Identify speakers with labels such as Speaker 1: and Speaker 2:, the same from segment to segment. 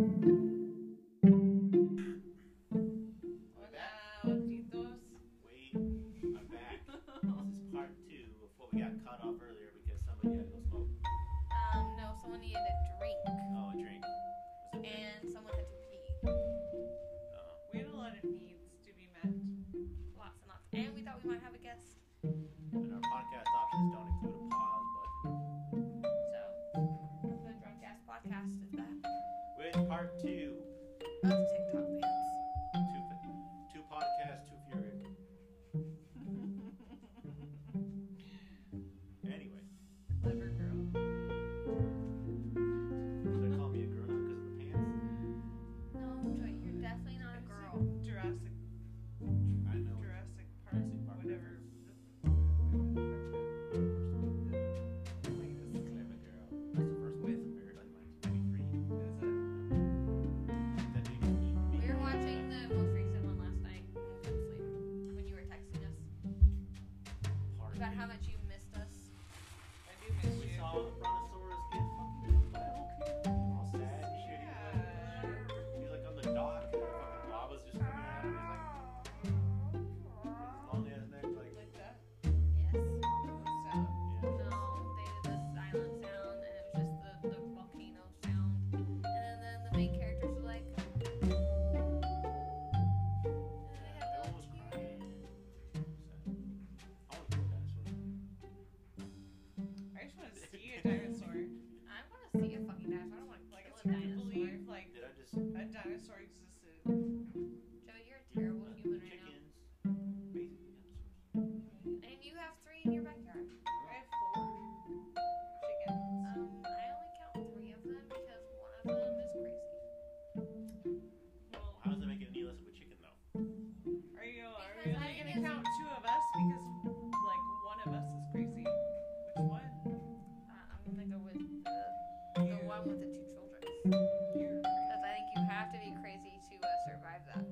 Speaker 1: Um,
Speaker 2: podcast is back
Speaker 3: with part two.
Speaker 2: of TikTok Pants.
Speaker 3: Two, two podcasts, two fury. anyway,
Speaker 2: Liver girl.
Speaker 3: they call me a grown up because of the pants.
Speaker 1: No, Joy, you're definitely not a girl.
Speaker 4: Jurassic,
Speaker 3: I know.
Speaker 4: Jurassic Park,
Speaker 3: Jurassic Park.
Speaker 4: whatever.
Speaker 3: It's kind of a girl. That's the first one. It's American, like, 23. That dude can eat me.
Speaker 1: We were watching the most recent one last night when we fell asleep, when you were texting us
Speaker 3: Park.
Speaker 1: about how much you missed us.
Speaker 4: I do miss
Speaker 3: We
Speaker 4: you.
Speaker 3: saw a brontosaurus get fucking by a coon. All sad and shitty. like,
Speaker 4: Yeah.
Speaker 3: He's like on the dock and the fucking lava's just coming out of his like long ass neck like
Speaker 4: Like that.
Speaker 1: Yes.
Speaker 4: sound.
Speaker 3: yeah.
Speaker 1: No, they did this silent sound, and it was just the, the volcano sound. And then the main characters were like,
Speaker 4: I just want to see a
Speaker 3: That one was crying. I want to kill a dinosaur.
Speaker 1: and they had to like,
Speaker 4: dinosaur.
Speaker 1: I want to see a fucking dinosaur. I don't want to
Speaker 4: Like it's
Speaker 1: kill a
Speaker 4: hard to
Speaker 1: dinosaur.
Speaker 4: believe like
Speaker 3: Did I just did
Speaker 4: a dinosaur existed.
Speaker 1: Joe, you're a terrible
Speaker 3: uh,
Speaker 1: human right now.
Speaker 3: chickens? Basically dinosaurs.
Speaker 1: And you have three in your
Speaker 4: I
Speaker 1: backyard.
Speaker 4: have four chickens.
Speaker 1: Um, I only count three of them because one of them is crazy.
Speaker 3: How
Speaker 4: Well,
Speaker 3: does that make it any less of a chicken though?
Speaker 4: are you are we
Speaker 1: Because I
Speaker 4: only
Speaker 1: guess-
Speaker 4: gonna count two of us because like one of us is crazy? Which one?
Speaker 1: Uh, I'm gonna go with the,
Speaker 4: You.
Speaker 1: the one with the two children.
Speaker 4: You're crazy.
Speaker 1: Because I think you have to be crazy to uh, survive that.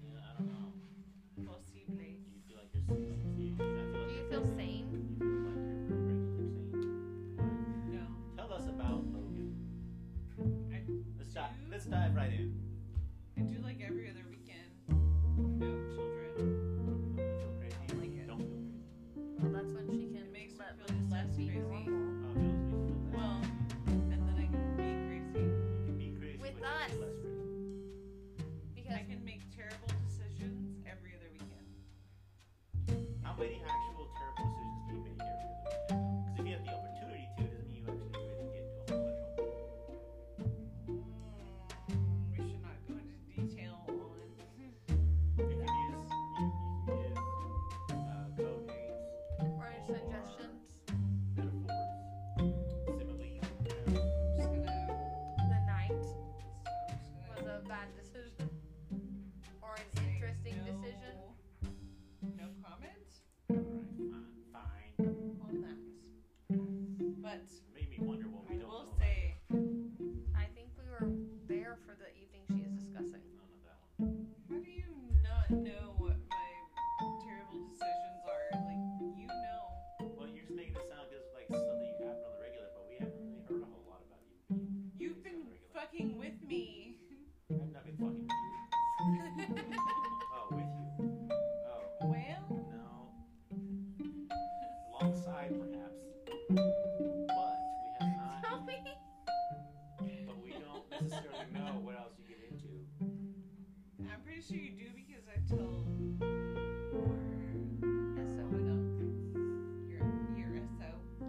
Speaker 3: Yeah, I don't know.
Speaker 4: Possibly.
Speaker 3: You feel like you're sick. You feel
Speaker 1: Do
Speaker 3: like
Speaker 1: you
Speaker 3: you're
Speaker 1: feel sane?
Speaker 3: you feel like you're pretty regular sane.
Speaker 4: No.
Speaker 3: Tell us about Logan.
Speaker 4: I-
Speaker 3: Let's dive let's dive right in.
Speaker 4: I do like every other weekend. No children.
Speaker 3: Don't feel crazy.
Speaker 4: I like it.
Speaker 3: Don't feel crazy.
Speaker 1: Well, that's when she
Speaker 4: It
Speaker 1: can
Speaker 4: makes
Speaker 1: let
Speaker 4: me feel less
Speaker 1: be
Speaker 4: crazy.
Speaker 1: normal.
Speaker 3: Oh, it makes me feel
Speaker 4: Well,
Speaker 3: crazy.
Speaker 4: and then I can be crazy.
Speaker 3: You can be crazy
Speaker 1: With
Speaker 3: but you can be
Speaker 1: us.
Speaker 3: less crazy.
Speaker 1: Because
Speaker 4: I can make terrible decisions every other weekend.
Speaker 3: How many actual terrible decisions do you make every other weekend? Because if you have the opportunity to, doesn't mean you actually really get to a whole bunch of them.
Speaker 4: Mm, we should not go into detail on.
Speaker 3: You can use, you, you can give uh, code names,
Speaker 1: or suggestions,
Speaker 3: metaphors, similes.
Speaker 4: I'm just gonna.
Speaker 1: the night
Speaker 4: I'm just gonna
Speaker 1: was a bad decision or an
Speaker 4: say
Speaker 1: interesting
Speaker 4: no-
Speaker 1: decision.
Speaker 4: No comment
Speaker 3: You know? Alright, fine, fine.
Speaker 4: on that. But
Speaker 3: It made me wonder what we
Speaker 4: I
Speaker 3: don't
Speaker 4: will
Speaker 3: know
Speaker 4: say,
Speaker 1: I think we were there for the evening she is discussing.
Speaker 3: about. I don't know that
Speaker 4: how
Speaker 3: one.
Speaker 4: do you not know what my terrible decisions are? Like you know,
Speaker 3: Well, you're just making it sound like it's like something you happen on the regular, but we haven't really heard a whole lot about you.
Speaker 4: you've
Speaker 3: being crazy on
Speaker 4: been
Speaker 3: the regular.
Speaker 4: fucking with me.
Speaker 3: I've not been fucking with you. Oh, with you. Oh.
Speaker 4: Well,
Speaker 3: No. Alongside, perhaps. But we have not.
Speaker 1: Tell me.
Speaker 3: But we don't necessarily know what else you get into.
Speaker 4: I'm pretty sure you do because I told your
Speaker 1: Yes, so
Speaker 4: someone else, your your SO,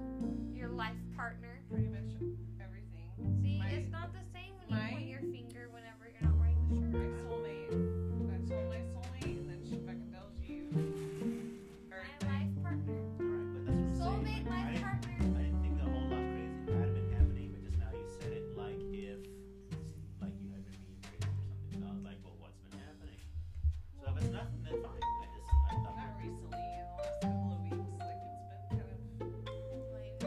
Speaker 1: your life partner.
Speaker 4: pretty much everything.
Speaker 1: See,
Speaker 4: My-
Speaker 1: it's not the same when
Speaker 4: my-
Speaker 1: you point your finger whenever you're not wearing the
Speaker 4: My
Speaker 1: shirt.
Speaker 4: soulmate. I told my soulmate, and then she fucking tells you.
Speaker 1: My
Speaker 4: everything.
Speaker 1: life partner.
Speaker 3: Alright, but that's what I'm saying.
Speaker 1: Soulmate
Speaker 3: Like, I,
Speaker 1: life
Speaker 3: didn't,
Speaker 1: partner.
Speaker 3: I didn't think the whole lot crazy had been happening, but just now you said it like if, like you had been being crazy or something. So I was like, well, what's been happening? So if it's nothing, then fine. I just, I thought.
Speaker 4: Not recently, in the last couple of weeks, like it's been kind
Speaker 1: Like
Speaker 4: of
Speaker 3: Like,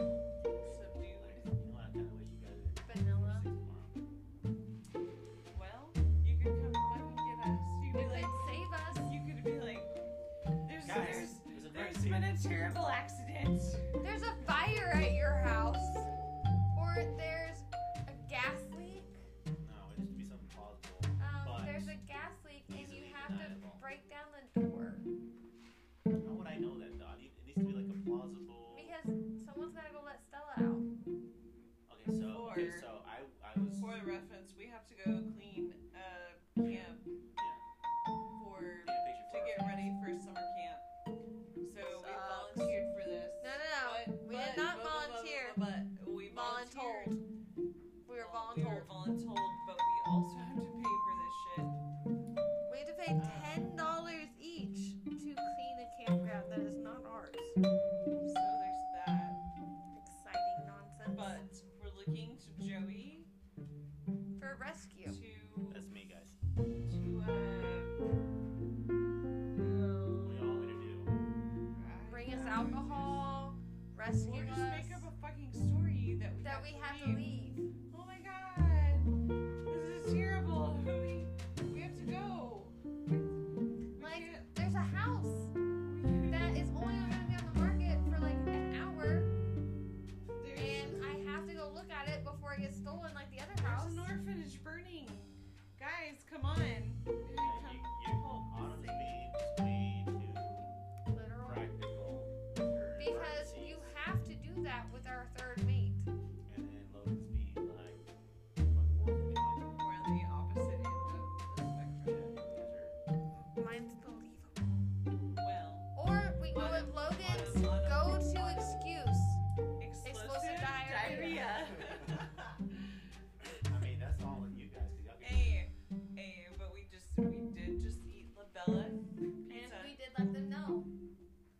Speaker 4: subdued.
Speaker 3: you know what? I kind of wish you guys had
Speaker 1: vanilla.
Speaker 3: six tomorrow.
Speaker 4: Well, you could come fucking get us. You
Speaker 1: You
Speaker 4: could be
Speaker 1: could
Speaker 4: like,
Speaker 1: save us.
Speaker 4: you could be like, there's
Speaker 3: Guys,
Speaker 4: there's
Speaker 3: there's an
Speaker 4: there's
Speaker 3: accident.
Speaker 4: been a terrible accident.
Speaker 1: There's a fire at your house, or there's a gas leak.
Speaker 3: No, it has to be something plausible.
Speaker 1: Um,
Speaker 3: But
Speaker 1: there's a gas leak, and you
Speaker 3: easily
Speaker 1: have to
Speaker 3: deniable.
Speaker 1: break down the door
Speaker 3: How would I know that, Dot? It it needs to be like a plausible.
Speaker 1: because someone's gotta go let Stella out.
Speaker 3: Okay, so okay,
Speaker 4: Or-
Speaker 3: so I I was
Speaker 4: For the reference, we have to go clean a camp for
Speaker 3: taking a picture
Speaker 4: to
Speaker 3: for
Speaker 4: get ready for summer camp. So we
Speaker 1: Sucks.
Speaker 4: volunteered for this.
Speaker 1: No, no, no.
Speaker 4: volunteered.
Speaker 1: voluntold. We were
Speaker 4: We
Speaker 1: voluntold.
Speaker 4: were voluntold, but we also have to pay for this shit.
Speaker 1: We had to pay ten
Speaker 4: uh,
Speaker 1: dollars each to clean a campground that is not ours.
Speaker 4: So there's that.
Speaker 1: Exciting nonsense.
Speaker 4: But we're looking to Joey
Speaker 1: for rescue.
Speaker 4: to
Speaker 3: That's me, guys.
Speaker 4: to uh.
Speaker 3: We all we to do.
Speaker 1: Bring us alcohol, rescue
Speaker 4: Or um, just
Speaker 1: us.
Speaker 4: make up a fucking story that we
Speaker 1: that
Speaker 4: have
Speaker 1: we
Speaker 4: to
Speaker 1: had
Speaker 4: leave.
Speaker 1: to leave.
Speaker 4: Oh my god. This is terrible. We, we have to go. We
Speaker 1: Like,
Speaker 4: can't-
Speaker 1: There's a house
Speaker 4: we can't-
Speaker 1: that is only gonna be on the market for like an hour,
Speaker 4: there's,
Speaker 1: and I have to go look at it before it gets stolen like the other
Speaker 4: there's
Speaker 1: house.
Speaker 4: an orphanage burning. Guys, come on. We
Speaker 3: Yeah,
Speaker 4: need to
Speaker 3: you,
Speaker 4: come
Speaker 3: you,
Speaker 4: home.
Speaker 3: honestly, it's way too
Speaker 1: Literal.
Speaker 3: practical with her
Speaker 1: Because you
Speaker 3: emergencies.
Speaker 1: have to do that with our third mate.
Speaker 3: And then Logan's being like, fucking working it out.
Speaker 4: We're on the opposite end of the spectrum.
Speaker 3: Yeah, you guys are
Speaker 1: Mine's believable.
Speaker 4: Well,
Speaker 1: Or we go with Logan's go to excuse.
Speaker 4: explosive,
Speaker 1: Explosive
Speaker 4: diarrhea.
Speaker 1: diarrhea.
Speaker 3: I mean, that's all on you guys. 'cause y'all get-
Speaker 4: hey, hey, but we just, we did just eat labella
Speaker 1: And
Speaker 4: pizza.
Speaker 1: we did let them know.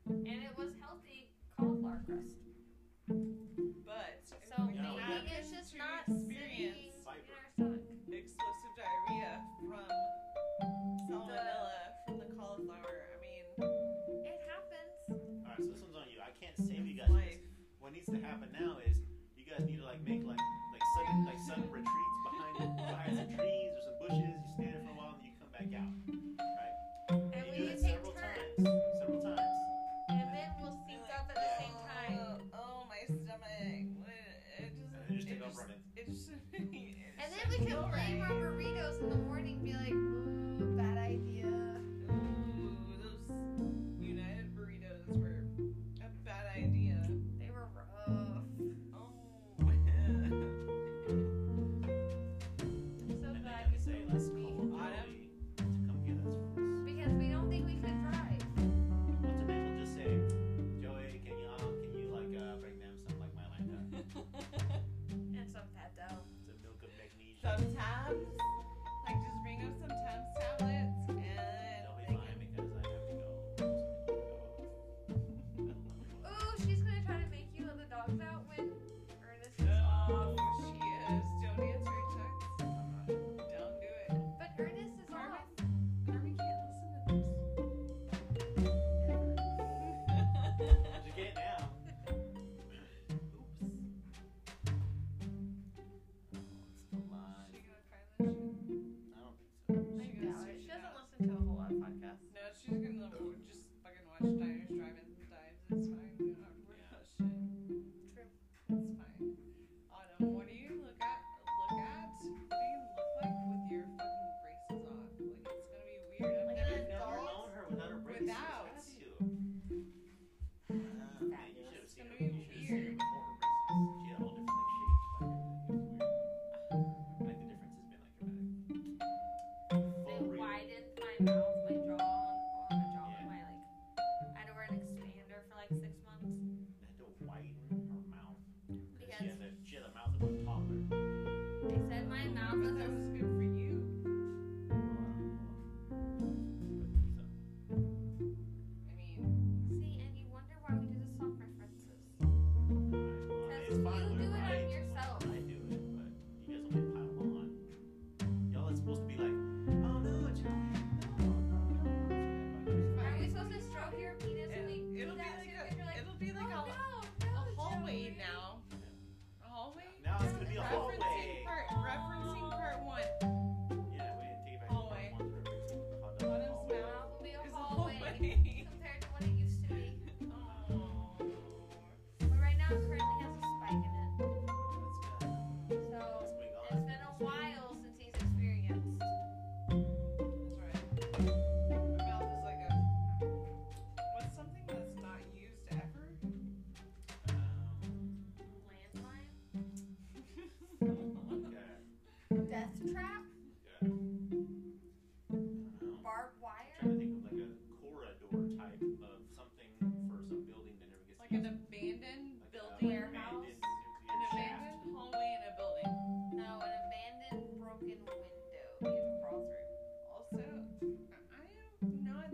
Speaker 1: And it was healthy cauliflower crust.
Speaker 4: But if
Speaker 1: So
Speaker 4: we
Speaker 3: Yeah.
Speaker 1: maybe
Speaker 4: happen
Speaker 1: it's just
Speaker 4: to
Speaker 1: not sitting
Speaker 4: experience
Speaker 1: in our stomach.
Speaker 4: explosive diarrhea from salmonella from the cauliflower. I mean,
Speaker 1: It happens.
Speaker 3: All right, so this one's on you. I can't save you guys.
Speaker 4: life.
Speaker 3: What needs to happen now is you guys need to like make like like sudden like sudden retreats behind behind some trees or some bushes. You stand there for a while and you come back out.
Speaker 1: And
Speaker 3: you
Speaker 1: we
Speaker 3: do
Speaker 1: need
Speaker 3: that
Speaker 1: to take
Speaker 3: several
Speaker 1: turns.
Speaker 3: times. Several times.
Speaker 1: And then we'll sync up at the same time.
Speaker 4: Oh, my stomach. What- It just.
Speaker 3: And then you just
Speaker 4: it
Speaker 3: take off
Speaker 4: just-
Speaker 3: running.
Speaker 4: It just.
Speaker 1: And then we can blame our burritos in the morning and be like, ooh, bad idea.
Speaker 4: Ooh, those United burritos were a bad idea.
Speaker 1: They were rough.
Speaker 4: Oh.
Speaker 1: I'm so
Speaker 3: and
Speaker 1: glad
Speaker 3: then
Speaker 1: we
Speaker 3: you say let's
Speaker 1: we-
Speaker 3: call Joey to come get us for this.
Speaker 1: Because we don't think we could drive.
Speaker 3: What's her name? We'll just say Joey. Can you um, can you like uh, bring them some like my lanta,
Speaker 1: And some fat dough.
Speaker 3: some milk of magnesia?
Speaker 4: sometimes, like, just bring up some Tums tablets and
Speaker 3: They'll
Speaker 4: they
Speaker 3: be
Speaker 4: can
Speaker 3: fine because I have to go. I don't know.
Speaker 1: Ooh, she's gonna try to make you let the dogs out when Ernest is
Speaker 4: Oh,
Speaker 1: off.
Speaker 4: she is. Don't answer her
Speaker 3: I'm not
Speaker 4: texts. Don't do it.
Speaker 1: But Ernest is
Speaker 4: Carmen?
Speaker 1: off.
Speaker 4: Carmen can't listen to
Speaker 3: How'd
Speaker 4: this.
Speaker 3: you get now?
Speaker 4: Oops. Is
Speaker 3: It's the line.
Speaker 4: she gonna find that shit? She goes, "Yeah."
Speaker 3: I don't think so.
Speaker 1: I doubt it. She doesn't listen to a whole lot of podcasts.
Speaker 4: No, she's gonna w- just fucking watch Diners, Drive-Ins, and Dives. It's fine. We don't have to worry about shit.
Speaker 1: True.
Speaker 4: Oh, It's fine. Autumn, what do you look at? Look at? What do you look like with your fucking braces off? Like it's gonna be weird. I've never
Speaker 3: I've
Speaker 1: Like an
Speaker 3: never
Speaker 4: known.
Speaker 3: known her without her braces.
Speaker 4: Without.
Speaker 3: That's you. Ah, man, you should have seen her. You should have seen her before her braces. She had a whole different like shape. Like everything. It was weird. Like the difference has been like dramatic.
Speaker 1: They
Speaker 3: Full real.
Speaker 1: widened my mouth, my jaw, on my jaw,
Speaker 3: Yeah.
Speaker 1: my like. I had to wear an expander for like six months
Speaker 3: had to widen her mouth. She
Speaker 1: because
Speaker 3: had the she had the mouth of a toddler.
Speaker 1: they said my mouth
Speaker 4: But
Speaker 1: was
Speaker 4: that
Speaker 1: a
Speaker 4: was good for you. I mean,
Speaker 1: See, and you wonder why we do the soft references.
Speaker 3: Because
Speaker 1: Because you do it on yourself.
Speaker 3: I do it, but you guys only pile on. Y'all, it's supposed to be like, oh no, Joey, no, no, no.
Speaker 4: Fine.
Speaker 1: Are we supposed to stroke your penis when we
Speaker 4: it,
Speaker 1: do
Speaker 4: it'll be
Speaker 1: that?
Speaker 4: like a,
Speaker 1: shit? And you're like,
Speaker 4: it'll be like a,
Speaker 1: oh, no, no,
Speaker 4: a hallway
Speaker 1: Joey."
Speaker 4: now. A hallway.
Speaker 3: Now it's gonna be a
Speaker 4: Referencing
Speaker 3: hallway.
Speaker 4: part, referencing part one.
Speaker 3: Yeah, we didn't take it back.
Speaker 4: Hallway.
Speaker 3: Once we were fixing the hot dog
Speaker 4: Autumn's
Speaker 3: hallway.
Speaker 4: mouth
Speaker 1: Mouth will be a
Speaker 4: is a
Speaker 1: hallway
Speaker 4: hallway.
Speaker 1: compared to what it used to be.
Speaker 4: Oh.
Speaker 1: But right now, it currently has a spike in it.
Speaker 3: That's good.
Speaker 1: So
Speaker 3: That's big
Speaker 1: it's
Speaker 3: on.
Speaker 1: been a while since he's experienced.
Speaker 4: That's right. My mouth is like a. What's something that's not used ever?
Speaker 3: Um,
Speaker 1: Landmine,
Speaker 3: okay,
Speaker 1: death
Speaker 3: okay.
Speaker 1: trap,
Speaker 3: I don't know.
Speaker 1: barbed wire.
Speaker 3: trying to think of like a corridor type of something for some building that never gets
Speaker 4: Like
Speaker 3: used.
Speaker 4: an abandoned
Speaker 3: Like a
Speaker 4: building.
Speaker 3: abandoned
Speaker 1: warehouse?
Speaker 3: nuclear
Speaker 4: An
Speaker 3: shaft.
Speaker 4: abandoned
Speaker 1: Um,
Speaker 3: uh,
Speaker 4: Oh,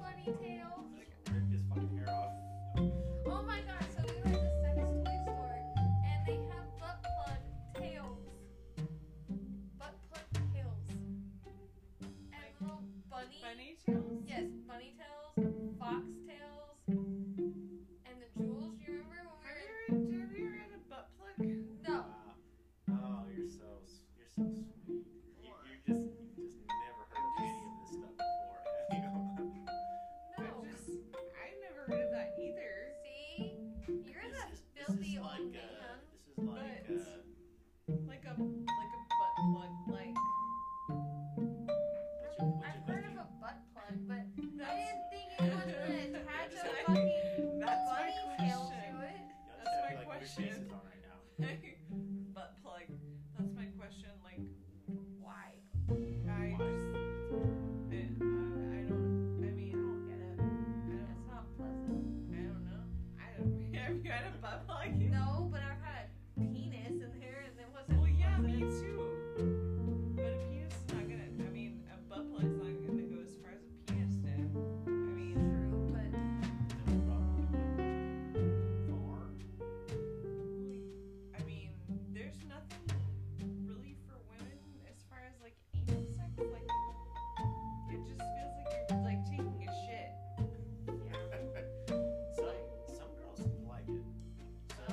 Speaker 3: uh, "Oh, Oh, uh, uh,
Speaker 1: Oh Oh.
Speaker 4: Have you had a butt plug?
Speaker 1: No, but I've had a penis in there and it wasn't.
Speaker 4: Well, yeah, me
Speaker 1: wasn't-
Speaker 4: too. But a penis is not gonna. I mean, a butt plug's not gonna go as far as a penis did. I mean,
Speaker 1: True, but
Speaker 3: Then probably went far.
Speaker 4: I mean, there's nothing really for women as far as like anal sex. Like, it just feels like you're like taking a shit.
Speaker 3: some some girls like it. So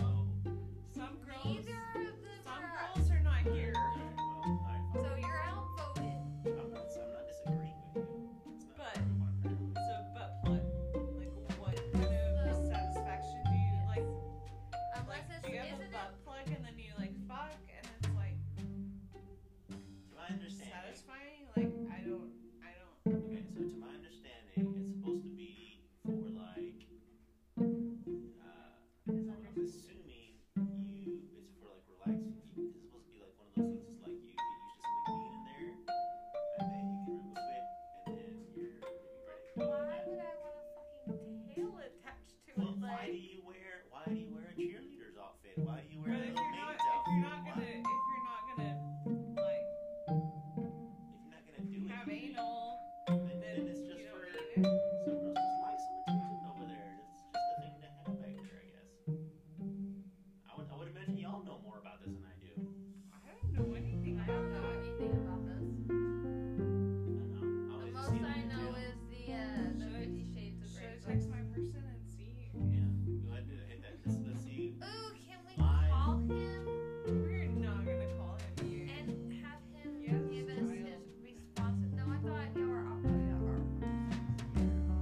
Speaker 4: Some girls.
Speaker 1: neither of them
Speaker 4: Some
Speaker 1: are.
Speaker 4: girls are not here.
Speaker 3: all right, well, all right, fine.
Speaker 1: So you're outvoted.
Speaker 3: I'm not, I'm not disagreeing with you. It's not
Speaker 4: But-
Speaker 3: what I want to do.
Speaker 4: So butt plug. Like, what kind of satisfaction do you like?
Speaker 1: Unless
Speaker 4: Like,
Speaker 1: it's
Speaker 4: do you have a
Speaker 1: isn't
Speaker 4: butt
Speaker 1: it?
Speaker 4: plug and then you like fuck and it's like.
Speaker 3: To my understanding,
Speaker 4: satisfying. Like I don't, I don't.
Speaker 3: okay, so to my understanding, it's supposed to be for like, uh, I'm, I'm assuming you, it's for like relaxing. You, it's supposed to be like one of those things. It's like you get used to something being in there, and then you can remove it, and then you're maybe ready to go.
Speaker 1: Why
Speaker 3: And
Speaker 1: would I want a fucking tail attached to
Speaker 3: Well,
Speaker 1: it?
Speaker 3: why do
Speaker 1: Like,
Speaker 3: you wear? Why do you wear a cheerleader's outfit? Why do you
Speaker 4: But
Speaker 3: wear a
Speaker 4: if
Speaker 3: little
Speaker 4: you're not, if
Speaker 3: maid's outfit?
Speaker 4: you're not
Speaker 3: Why?
Speaker 4: gonna, if you're not gonna like
Speaker 3: if you're not gonna do
Speaker 4: have
Speaker 3: it,
Speaker 4: anal,
Speaker 3: then,
Speaker 4: then
Speaker 3: then it's
Speaker 4: you
Speaker 3: just
Speaker 4: don't
Speaker 3: for
Speaker 4: need it.
Speaker 3: some girls just like some attention over there. and It's just a thing to have back there, I guess. I would, I would imagine y'all know more about this than I do.
Speaker 4: I don't know anything
Speaker 1: I
Speaker 4: about
Speaker 1: don't know
Speaker 4: that.
Speaker 1: anything about this.
Speaker 3: I don't know. I
Speaker 1: The
Speaker 3: always just
Speaker 1: most
Speaker 3: see them
Speaker 1: I
Speaker 3: in
Speaker 1: know
Speaker 3: jail.
Speaker 1: is the uh, the
Speaker 4: Should I-
Speaker 1: Fifty Shades of
Speaker 4: Should
Speaker 1: Grey.
Speaker 4: I
Speaker 1: books.
Speaker 4: text my person and see?
Speaker 3: Yeah, go ahead and hit that. Let's, let's see.
Speaker 1: Ooh, can we
Speaker 3: Live.
Speaker 1: call him
Speaker 4: We're not gonna call him you.
Speaker 1: and have him
Speaker 4: Yes,
Speaker 1: give us his
Speaker 4: child.
Speaker 1: response? No, I thought you were off by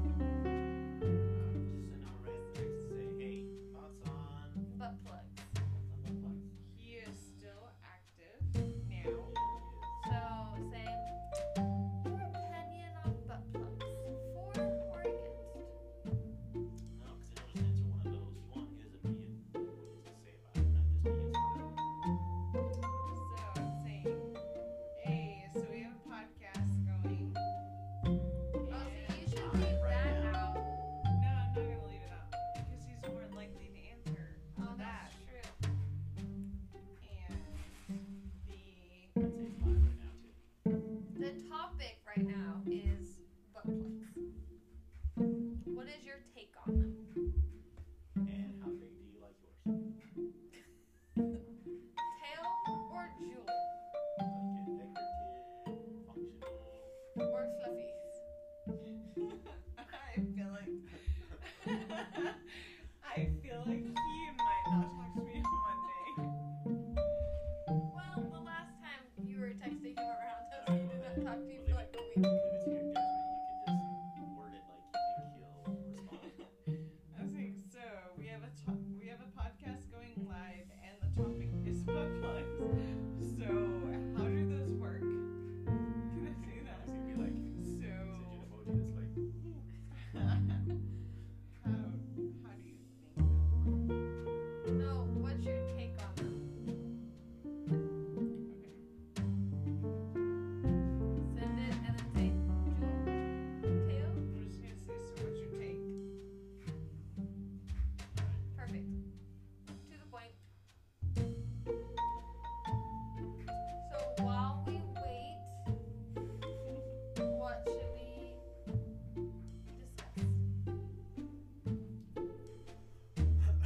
Speaker 3: Uh, Just send out a red text and say, hey, thoughts on.
Speaker 1: butt plugs.
Speaker 3: Thoughts on what?
Speaker 4: He is still active now.
Speaker 1: So say your opinion on butt plugs, for or against.
Speaker 3: No, because I just answer one of those. You want his opinion. What he has to say
Speaker 4: So
Speaker 3: about it, not just me. It's
Speaker 4: I'm saying, hey, so we have a podcast going.
Speaker 1: Oh,
Speaker 4: And-
Speaker 1: so you should leave that out.
Speaker 4: No, I'm not gonna leave it out because he's more likely to answer
Speaker 1: Oh,
Speaker 4: to that.
Speaker 1: that's true.
Speaker 4: And the
Speaker 3: I'd say five right now, too.
Speaker 1: The topic right now is butt plugs. What is your take on them?
Speaker 3: And how big do you like yours?
Speaker 1: Tail or jewel
Speaker 3: Like it decorative, functional.
Speaker 1: or fluffy?
Speaker 4: I feel like I feel like he might not talk to me on Monday.
Speaker 1: Well, the last time you were texting him around us, he did not talk to you for like a
Speaker 3: If
Speaker 1: week.
Speaker 3: it's your judgment, you can just word it like you think he'll respond.
Speaker 4: I was like, so we have a to- we have a podcast going live, and the topic is butt plugs. So how do those work? Can I say
Speaker 3: It's
Speaker 4: that?
Speaker 3: gonna be like, send you
Speaker 4: So.
Speaker 3: an emoji that's like,
Speaker 4: how, how do you think that works?
Speaker 1: No, what's your take on them? Send it and then say, Jewel, tail,
Speaker 4: I'm just gonna say, so what's your take?
Speaker 1: perfect. To the point. So while we wait, what should we discuss?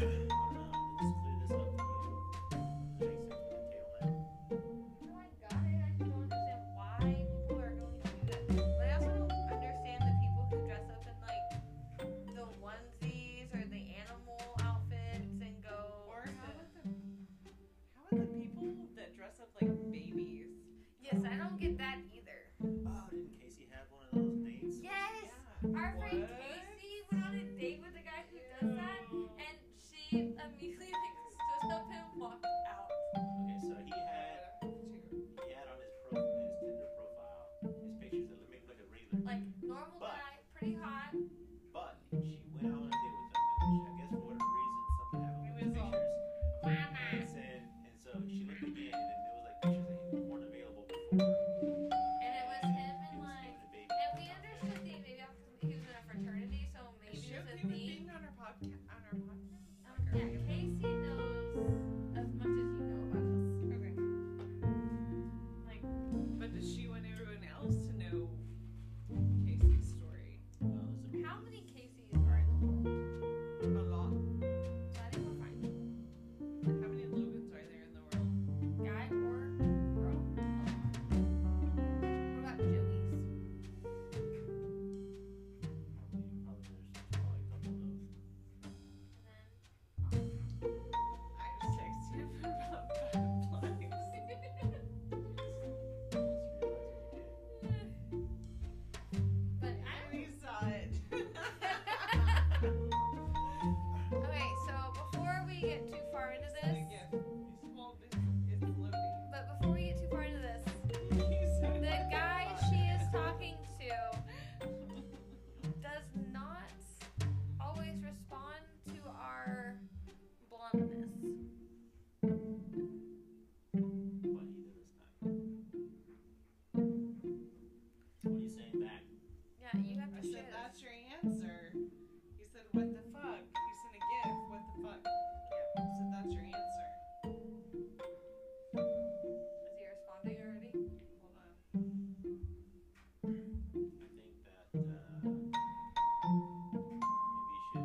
Speaker 3: I don't know, just clear this up for you. Does that make sense with the tail now?
Speaker 1: No, I got it. Oh I just don't understand why people are going to do that. But I also don't understand the people who dress up in like the onesies or the animal outfits and go.
Speaker 4: Or
Speaker 1: to-
Speaker 4: how about the how about the people that dress up like babies?
Speaker 1: yes, I don't get that either.
Speaker 3: Oh, didn't Casey have one of those dates?
Speaker 1: Yes,
Speaker 4: Yeah.
Speaker 1: our friend
Speaker 4: What?
Speaker 1: Casey went on a date with a guy who does that, and she immediately like stood up and walked out.
Speaker 3: Okay, so he had,
Speaker 4: Ew.
Speaker 3: he had on his pro, his Tinder profile, his pictures that make him look like a regular.
Speaker 1: Like normal
Speaker 3: But-
Speaker 1: guy, pretty hot.
Speaker 3: But she went out on a date with him, and she- I guess for whatever reason, something happened with the
Speaker 4: It was all-
Speaker 3: pictures.
Speaker 1: Mama.
Speaker 3: And said, and so she looked again, and it was like pictures that he weren't available before.
Speaker 1: And it was him
Speaker 3: He
Speaker 1: and
Speaker 3: was
Speaker 1: like.
Speaker 3: giving the baby
Speaker 1: And we
Speaker 3: a hug.
Speaker 1: understood that maybe because he was in a fraternity, so maybe
Speaker 4: Is she
Speaker 1: it
Speaker 4: okay
Speaker 1: was a
Speaker 4: with
Speaker 1: thing.
Speaker 4: being on our podcast? On our podcast?
Speaker 1: Um,
Speaker 4: Are
Speaker 5: Yeah,
Speaker 4: we-
Speaker 5: Casey knows as much as you know about us.
Speaker 4: Okay. Like, but does she want everyone else to know Casey's story?
Speaker 3: Well, there's a-
Speaker 5: How many Casey's are in the world?
Speaker 4: A lot.
Speaker 5: So I think we're fine.
Speaker 4: How many Logans are there in the world?
Speaker 5: Guy or girl? What about Joey's?
Speaker 3: probably there's probably a couple of
Speaker 5: And then
Speaker 4: I just texted him about butterflies.
Speaker 5: But I
Speaker 4: We saw it.
Speaker 1: Okay, so before we get too far
Speaker 4: I
Speaker 1: into this,
Speaker 4: guess he's hold- it's- it's loading.
Speaker 1: but before we get too far into this,
Speaker 4: He said
Speaker 1: the
Speaker 4: butterflies.
Speaker 1: guy she is talking to does not always respond to our bluntness.
Speaker 3: What he did this time. What are you saying back?
Speaker 1: Yeah, you have
Speaker 4: I
Speaker 1: to
Speaker 4: said,
Speaker 1: shit.
Speaker 4: that's your answer. He said, what the fuck? He sent a gif, what the fuck? Yeah, I said, that's your answer.
Speaker 1: Is he responding already?
Speaker 4: Hold on.
Speaker 3: I think that uh, maybe you should send him some some pics of a couple of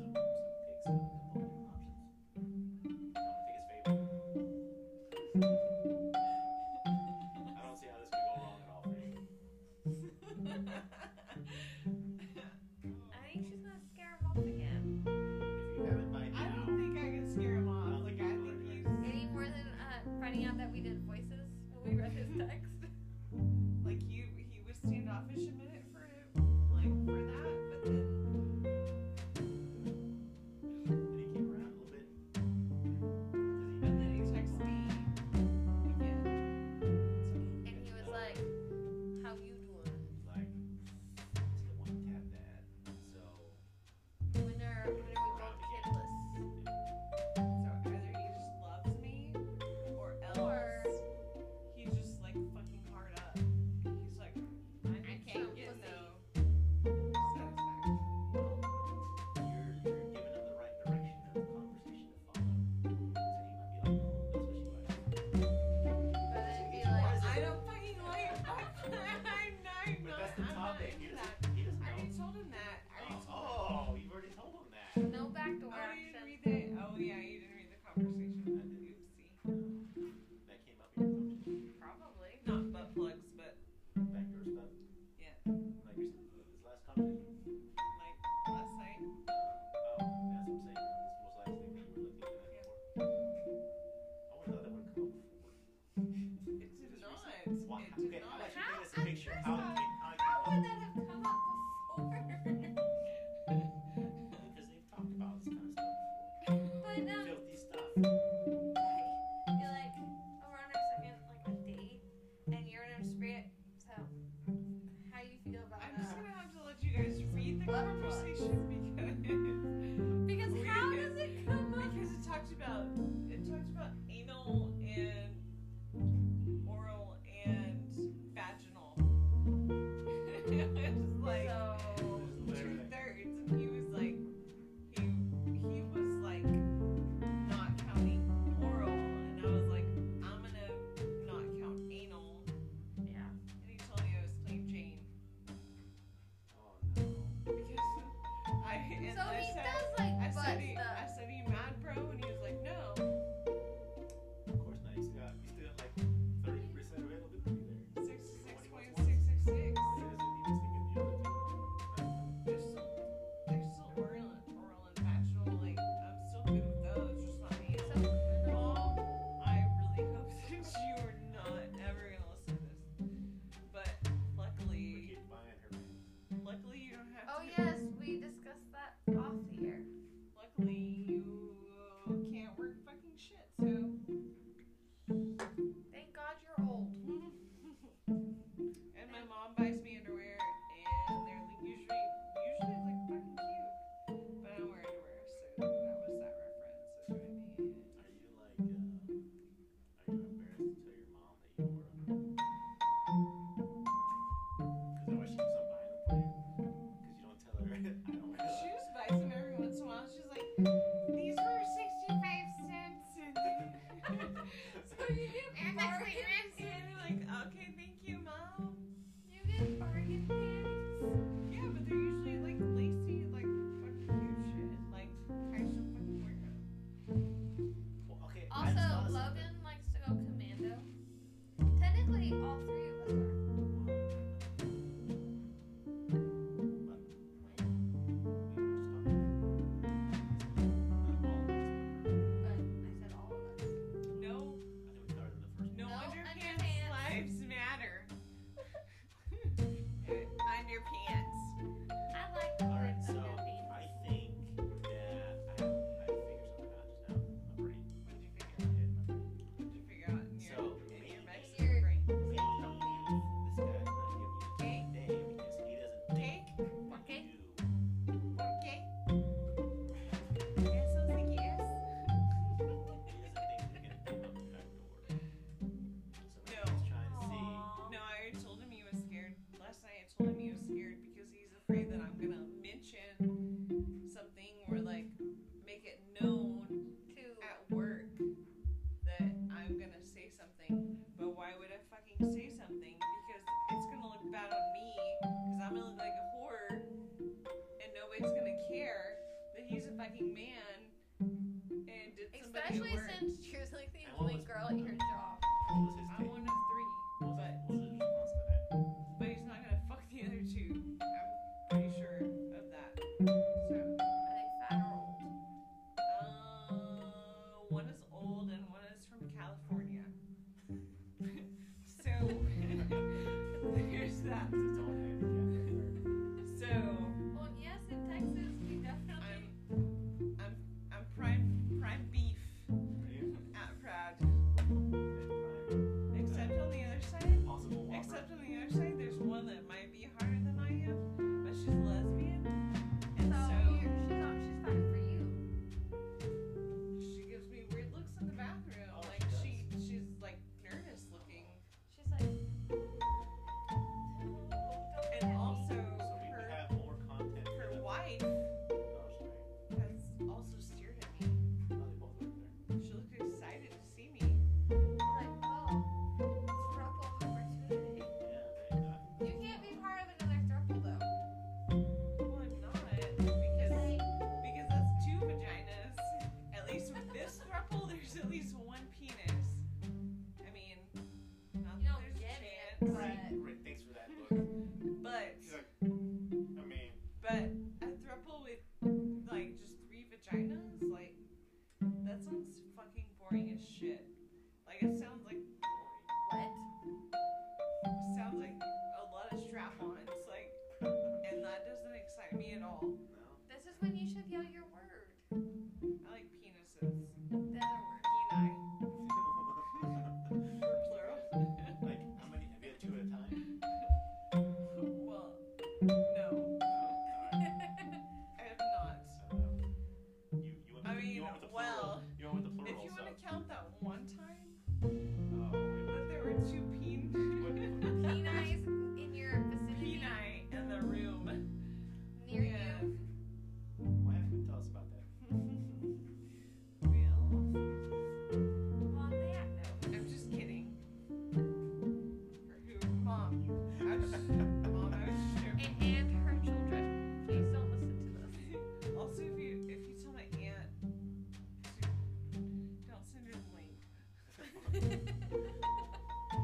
Speaker 3: different options. I don't think it's favorite. I don't see how this could go wrong at all for you.
Speaker 1: I think she's gonna scare him off again.
Speaker 3: If you haven't by
Speaker 4: I
Speaker 3: now,
Speaker 4: don't think I can scare him off.
Speaker 3: don't
Speaker 4: Like,
Speaker 3: think
Speaker 4: I
Speaker 3: you
Speaker 4: think
Speaker 3: are.
Speaker 4: he's.
Speaker 1: Any more than uh, finding out that we did voices when we read his text.
Speaker 4: Like, he, he was standoffish a minute for Like, for that, but then.
Speaker 3: did he keep around a little bit?
Speaker 4: But then he texts me again.
Speaker 1: And he was like, How you doing?
Speaker 3: like, he's the one that had that. So,
Speaker 1: When are when are we both kidless?
Speaker 4: So either he just loves me, or else
Speaker 1: Or-
Speaker 4: he's just like fucking hard up. He's like, I,
Speaker 1: need
Speaker 4: can't
Speaker 1: some
Speaker 4: get
Speaker 1: pussy.
Speaker 4: no satisfaction.
Speaker 3: you're, you're giving him the right direction of the conversation to follow. So he might be like, oh, that's what she
Speaker 4: I
Speaker 3: likes.
Speaker 1: But then it'd be like,
Speaker 4: don't fucking like fuck that. I'm not. I'm not I'm not
Speaker 3: But that's the topic. He
Speaker 4: into that.
Speaker 3: doesn't, he doesn't
Speaker 4: I already
Speaker 3: know.
Speaker 4: told him that. I already told him.
Speaker 3: Oh, you've already told him that.
Speaker 1: No backdoor
Speaker 4: Oh, you didn't read
Speaker 1: action.
Speaker 4: the. Oh yeah, you didn't read the conversation. I did. Oopsie.
Speaker 3: That came up in your conversation.
Speaker 1: Probably.
Speaker 4: Not butt plugs, but
Speaker 3: Backdoor stuff.
Speaker 4: Yeah.
Speaker 3: Like your, his last conversation.
Speaker 4: like last night.
Speaker 3: Oh, that's what I'm saying. This was the last thing that you were looking at that for. I would have thought that would have come up before.
Speaker 4: It did not. It did
Speaker 3: Why?
Speaker 4: not.
Speaker 3: Okay, how about you
Speaker 1: How-
Speaker 3: paint us a picture?
Speaker 1: first
Speaker 3: How
Speaker 1: off,
Speaker 3: did how it
Speaker 1: How
Speaker 3: came
Speaker 1: would
Speaker 3: up?
Speaker 1: that have come up before?
Speaker 3: Because they've talked about this kind of stuff before.
Speaker 1: but um,
Speaker 3: Filthy stuff.
Speaker 1: like, you're like, oh, we're on our second like a date, and you're in our spirit. So, how you feel about
Speaker 4: I'm just
Speaker 1: that?
Speaker 4: gonna have to let you guys read the
Speaker 1: Butt
Speaker 4: conversation because
Speaker 1: Because
Speaker 4: Read
Speaker 1: how
Speaker 4: it.
Speaker 1: does it come up?
Speaker 4: because it talked about it talked about anal and oral and vaginal. just like
Speaker 1: so,
Speaker 4: two thirds, and he was like, he he was like not counting oral, and I was like, I'm gonna not count anal,
Speaker 1: yeah.
Speaker 4: and he told me I was clean Jane
Speaker 3: Oh no.
Speaker 4: because I and
Speaker 1: so
Speaker 4: I
Speaker 1: he
Speaker 4: said.
Speaker 1: does like
Speaker 4: I
Speaker 1: butt
Speaker 4: said, "Are you- I
Speaker 1: stuff.
Speaker 4: said, Are you mad, bro? And he was like, No.
Speaker 3: Of course not. You still got you still got like thirty percent availability there.
Speaker 4: 66.666.
Speaker 3: Oh, yeah, that's what he was thinking the other two.
Speaker 4: There's still, there's still oral and, oral and vaginal. Like, I'm still good with those, just not anal.
Speaker 1: So,
Speaker 4: Mom, I really hope that you are not ever gonna listen to this. But
Speaker 3: We
Speaker 4: luckily,
Speaker 3: keep buying her rings.
Speaker 4: luckily you don't have
Speaker 1: oh
Speaker 4: to.
Speaker 1: yes, we discussed that off the air.
Speaker 4: Luckily you can't work fucking shit. So
Speaker 1: Thank God you're old.
Speaker 4: and my mom buys me underwear, and they're like usually usually like fucking cute, but I don't wear underwear. So that was that reference. So join me. in.
Speaker 3: Are you like uh are you embarrassed to tell your mom that you ordered them? Because I wish she keeps on buying them for you. Because you don't tell her I don't wear
Speaker 4: She
Speaker 3: them.
Speaker 4: just buys them every once in a while. She's like, these were
Speaker 5: at your job.
Speaker 3: What was his
Speaker 4: I'm
Speaker 3: take?
Speaker 4: one of three,
Speaker 3: What was,
Speaker 4: but
Speaker 3: what was his response to that?
Speaker 4: but he's not gonna fuck the other two. I'm pretty sure of that. So,
Speaker 5: Are they fat or old?
Speaker 4: uh, one is old and one is from California. so there's that.
Speaker 3: It's its own handicap. right there.
Speaker 4: So.
Speaker 5: Well, yes, in Texas, we definitely.
Speaker 4: I'm, I'm, I'm prime, prime beef at Proud. Except on the other side, except on the other side, there's one that might be harder than I am, but she's lesbian, and
Speaker 3: Oh,
Speaker 5: so,
Speaker 4: so
Speaker 5: you're, she's not. She's fine for you.
Speaker 4: she gives me weird looks in the bathroom.
Speaker 3: Oh,
Speaker 4: Like
Speaker 3: she
Speaker 4: she, she's like nervous looking,
Speaker 5: She's like.
Speaker 4: and also her, her
Speaker 3: Her
Speaker 4: wife has also stared at me. She looked excited to see me.
Speaker 5: Like, oh, struggle opportunity.
Speaker 1: You can't be part of another thruple though.
Speaker 4: Well, I'm not because. Because that's two vaginas. At least with this throuple, there's at least one penis. I mean, not
Speaker 1: You
Speaker 4: that
Speaker 1: don't
Speaker 4: there's
Speaker 1: get
Speaker 4: a
Speaker 1: it,
Speaker 4: chance,
Speaker 1: but
Speaker 3: Thanks for that look.
Speaker 4: but
Speaker 3: He's like, I mean,
Speaker 4: but a throuple with like just three vaginas, like that sounds fucking boring as shit. Like it sounds like
Speaker 5: What?
Speaker 4: sounds like a lot of strap-ons, like, and that doesn't excite me at all.
Speaker 3: no.
Speaker 5: This is when you should yell your word.
Speaker 4: I like penises,
Speaker 5: The other word.
Speaker 4: peni, for plural.
Speaker 3: like, how many? Have you had two at a time?
Speaker 4: Well, no,
Speaker 3: Alright,
Speaker 4: I have not.
Speaker 3: so, um, you, you went
Speaker 4: I
Speaker 3: with the-
Speaker 4: mean,
Speaker 3: you went with the plural.
Speaker 4: well,
Speaker 3: You went with the
Speaker 4: if
Speaker 3: plural,
Speaker 4: you
Speaker 3: so.
Speaker 4: want to count that one time
Speaker 3: Oh,
Speaker 4: that there were two
Speaker 3: What-
Speaker 4: peen
Speaker 1: Penized in your vicinity
Speaker 4: peni in the room.
Speaker 1: near you.
Speaker 4: Yeah.
Speaker 3: wait, why haven't you tell us about that?
Speaker 4: Well,
Speaker 5: On that note,
Speaker 4: I'm just kidding. Or who? Mom. I was just, mom, I was just joking.
Speaker 5: and, and her children. Please don't listen to this.
Speaker 4: also, if you if you tell my aunt to don't send her
Speaker 1: oh, Oh,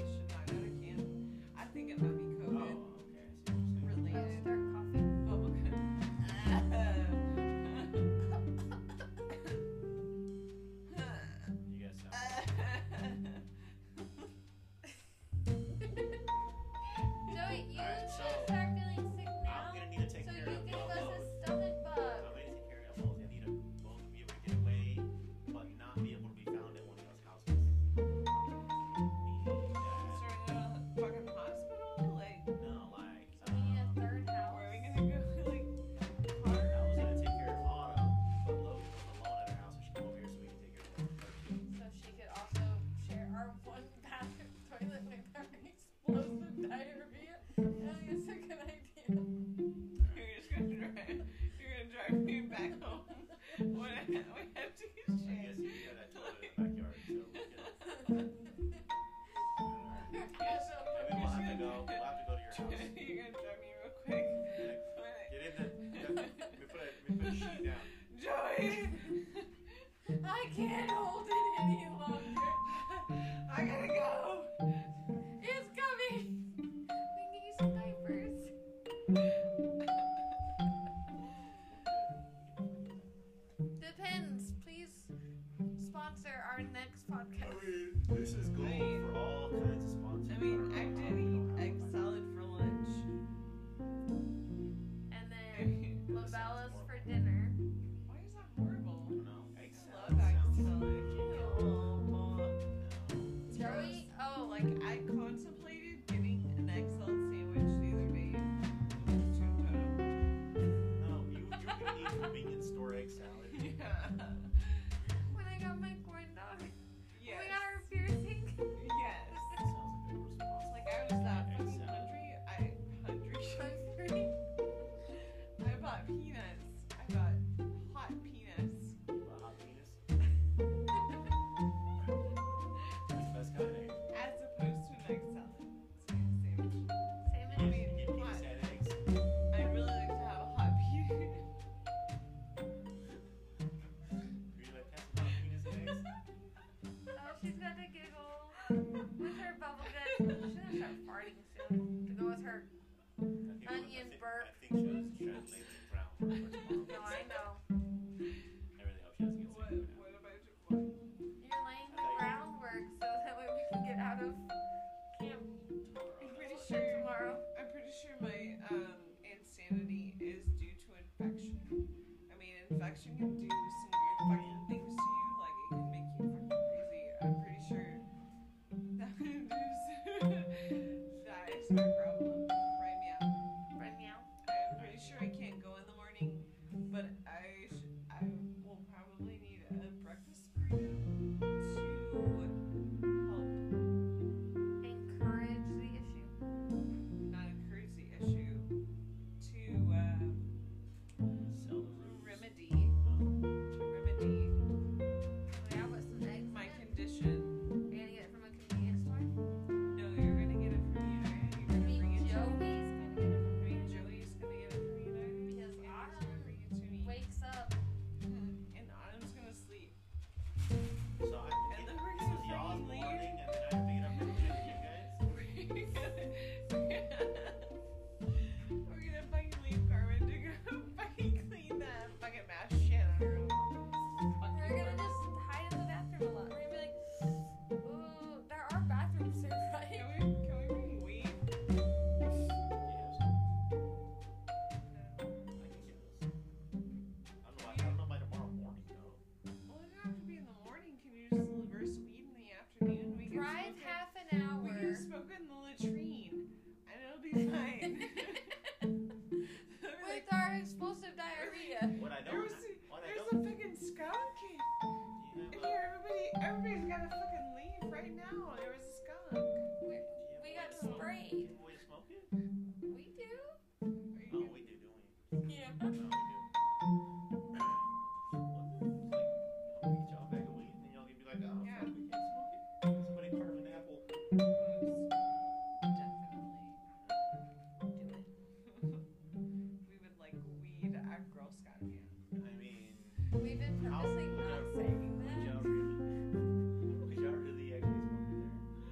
Speaker 3: uh, uh, Oh,
Speaker 1: Uh,
Speaker 3: Hey, the, the, let me put a, let me put a sheet down.
Speaker 4: Joey,
Speaker 5: I can't hold it any longer.
Speaker 4: I gotta go.
Speaker 5: It's coming. We need some diapers.
Speaker 1: Depends. Please sponsor our next
Speaker 3: I
Speaker 1: podcast.
Speaker 3: mean, this is gold for all kinds of sponsors.
Speaker 4: I mean, I did eat egg salad for lunch.
Speaker 1: And then Labella's for dinner.
Speaker 4: Why is that horrible?
Speaker 3: Egg
Speaker 4: I love
Speaker 3: salad
Speaker 4: egg
Speaker 3: sounds.
Speaker 4: salad. Oh, ma.
Speaker 1: Joey, oh, like
Speaker 4: Like I contemplated getting an egg salad sandwich the other day. when I was doing totem.
Speaker 3: No, you you can eat convenience store egg salad.
Speaker 4: Yeah.
Speaker 1: when I got my corn dog. When
Speaker 4: Yes.
Speaker 1: we got our piercing.
Speaker 4: Yes.
Speaker 3: That sounds like a responsible.
Speaker 4: Like I was uh, that fucking hungry. I hungry. I bought peanuts. I bought hot peanuts.
Speaker 3: Hot penis. That's the best kind of egg.
Speaker 4: As opposed to an egg salad sandwich.
Speaker 1: Same
Speaker 3: You
Speaker 1: as
Speaker 4: Yeah.
Speaker 1: me.
Speaker 3: get- you get penis and
Speaker 4: I really like
Speaker 3: eggs.
Speaker 4: to have a hot peanut.
Speaker 3: You're like, that's hot penis and eggs.
Speaker 1: Oh, she's got to giggle with her bubble gum. She's gonna start farting soon. To go with her.
Speaker 3: I think-
Speaker 1: Onion
Speaker 3: I think-
Speaker 1: burp.
Speaker 3: I think she was trying to lay the ground for tomorrow.
Speaker 1: No, I know.
Speaker 3: I really hope she doesn't get
Speaker 4: What?
Speaker 3: sick right
Speaker 4: What
Speaker 3: now.
Speaker 4: about you? What?
Speaker 1: You're laying the groundwork so that way we can get out of camp
Speaker 4: I'm pretty sure.
Speaker 1: tomorrow.
Speaker 4: I'm pretty sure my um, insanity is due to infection. I mean, infection can do some weird fucking things to you. Like it can make you fucking crazy. I'm pretty sure that is that is my problem right now.
Speaker 1: Right now.
Speaker 4: I'm pretty sure I can't go in the morning, but I sh- I will probably need a breakfast burrito to help
Speaker 1: Encourage the issue.
Speaker 4: not encourage the issue to uh,
Speaker 3: Sell the roots.
Speaker 4: remedy
Speaker 3: Um,
Speaker 4: remedy
Speaker 1: Yeah, but some eggs.
Speaker 4: my
Speaker 1: in it.
Speaker 4: condition.
Speaker 1: You're gonna get it from a convenience store.
Speaker 4: No, you're gonna get it from United. You're gonna
Speaker 1: Me,
Speaker 4: bring it to me.
Speaker 1: Joey's gonna get it from
Speaker 4: Bring- Joey's gonna get it from United.
Speaker 1: me. Because
Speaker 4: and he's
Speaker 1: Autumn
Speaker 4: gonna bring it to me.
Speaker 1: Wakes up.
Speaker 4: And Autumn's gonna sleep.
Speaker 3: so I can
Speaker 4: And
Speaker 3: get-
Speaker 4: then we're
Speaker 3: this
Speaker 4: gonna
Speaker 3: is y'all's
Speaker 4: freaking
Speaker 3: morning,
Speaker 4: leave.
Speaker 3: and then I pick it up and give it to you guys.
Speaker 4: We're gonna fucking leave Carmen to go fucking clean that fucking mash shit on her own.
Speaker 1: We're gonna just hide in the bathroom a lot. We're gonna be like, ooh, there are bathrooms here, right?
Speaker 4: Can we, can we bring weed?
Speaker 3: Yeah, so- I can get this. I don't know why- I don't know by tomorrow morning, though.
Speaker 4: Well, it doesn't have to be in the morning. Can you just reverse weed in the afternoon? We can
Speaker 1: Drive
Speaker 4: smoke
Speaker 1: half an
Speaker 4: it.
Speaker 1: hour.
Speaker 4: We can smoke it in the latrine, and it'll be fine.
Speaker 1: With our explosive diarrhea.
Speaker 3: What I
Speaker 4: there
Speaker 3: don't,
Speaker 4: was a,
Speaker 3: what I
Speaker 4: there's a
Speaker 3: don't,
Speaker 4: fucking skunk in
Speaker 3: do you have a- do you have
Speaker 4: here. Everybody, everybody's gotta fucking leave right now. There was a skunk.
Speaker 1: We're-
Speaker 3: a
Speaker 1: We
Speaker 3: way
Speaker 1: got
Speaker 3: to smoke- do you
Speaker 1: sprayed.
Speaker 3: have a way to smoke it?
Speaker 1: We do?
Speaker 4: Are you
Speaker 3: Oh,
Speaker 4: gonna-
Speaker 3: we do, don't we?
Speaker 1: Yeah.
Speaker 3: No, we do. Well, it's like, I'm gonna get y'all a bag of weed, and then y'all gonna be like, oh,
Speaker 4: Yeah.
Speaker 3: fuck, we can't smoke it. Somebody carve an apple.
Speaker 4: We would like weed at Girl Scout camp.
Speaker 3: I mean,
Speaker 1: We've been purposely
Speaker 3: How-
Speaker 1: not saying
Speaker 3: would y'all
Speaker 1: that.
Speaker 3: really, would y'all really actually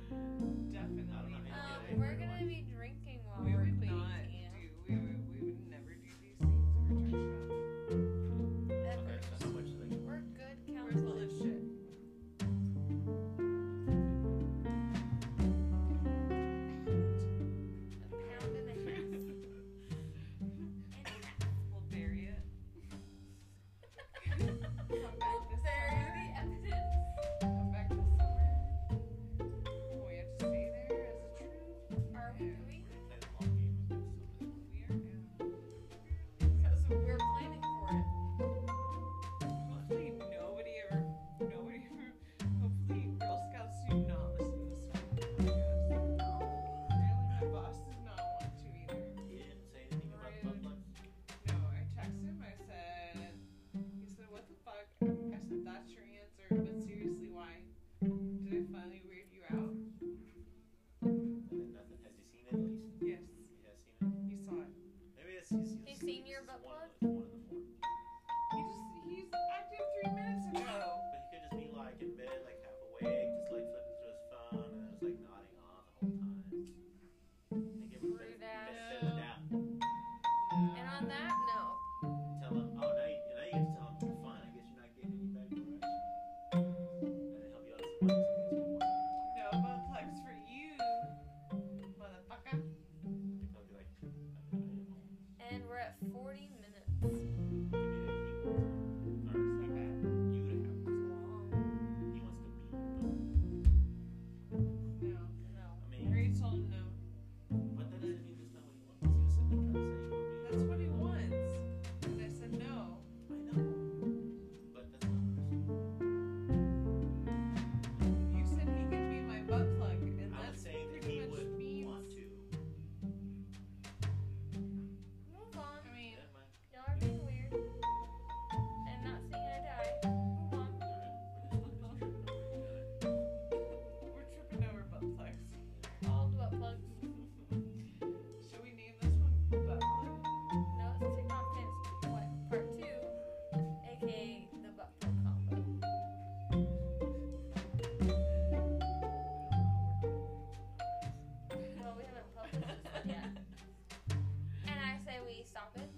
Speaker 3: smoke it there?
Speaker 4: Definitely.
Speaker 3: I don't know
Speaker 4: not.
Speaker 3: how you
Speaker 1: Um, we're gonna be drinking while
Speaker 4: we
Speaker 1: we're
Speaker 4: would
Speaker 1: cleaning
Speaker 4: not
Speaker 1: camp.
Speaker 4: do. We would, we would never do these things. if we were trying to
Speaker 3: "Oh, Or
Speaker 4: Okay.
Speaker 3: you would have
Speaker 4: It's long.
Speaker 3: He wants to be, but,
Speaker 4: No.
Speaker 6: No.
Speaker 3: I mean,
Speaker 4: Harry told him no.
Speaker 3: but that doesn't mean that's not what he wants. He was sitting there trying to say he
Speaker 4: That's what he wants.
Speaker 3: would be.
Speaker 4: And I said no.
Speaker 3: I know, but that's not what I said.
Speaker 4: You said he could be my butt plug, and
Speaker 3: I would
Speaker 4: that's
Speaker 3: say that
Speaker 4: pretty
Speaker 3: he
Speaker 4: much
Speaker 3: would
Speaker 4: means.
Speaker 3: want to.
Speaker 1: Move
Speaker 4: I
Speaker 1: on.
Speaker 4: mean,
Speaker 3: Never mind.
Speaker 1: Y'all are being weird. And not saying I die. Move on.
Speaker 3: All right, we're just- we're just
Speaker 4: we're tripping
Speaker 3: tripping over each other.
Speaker 4: over butt plugs.
Speaker 1: Old butt plugs.
Speaker 4: Should we name this one butt plug?
Speaker 1: No, it's TikTok fantasy. What? Part two, aka the butt plug combo. Well, we haven't published this one yet. And I say we
Speaker 3: Oh,
Speaker 1: stop it.
Speaker 4: uh,
Speaker 1: Um,
Speaker 4: Er,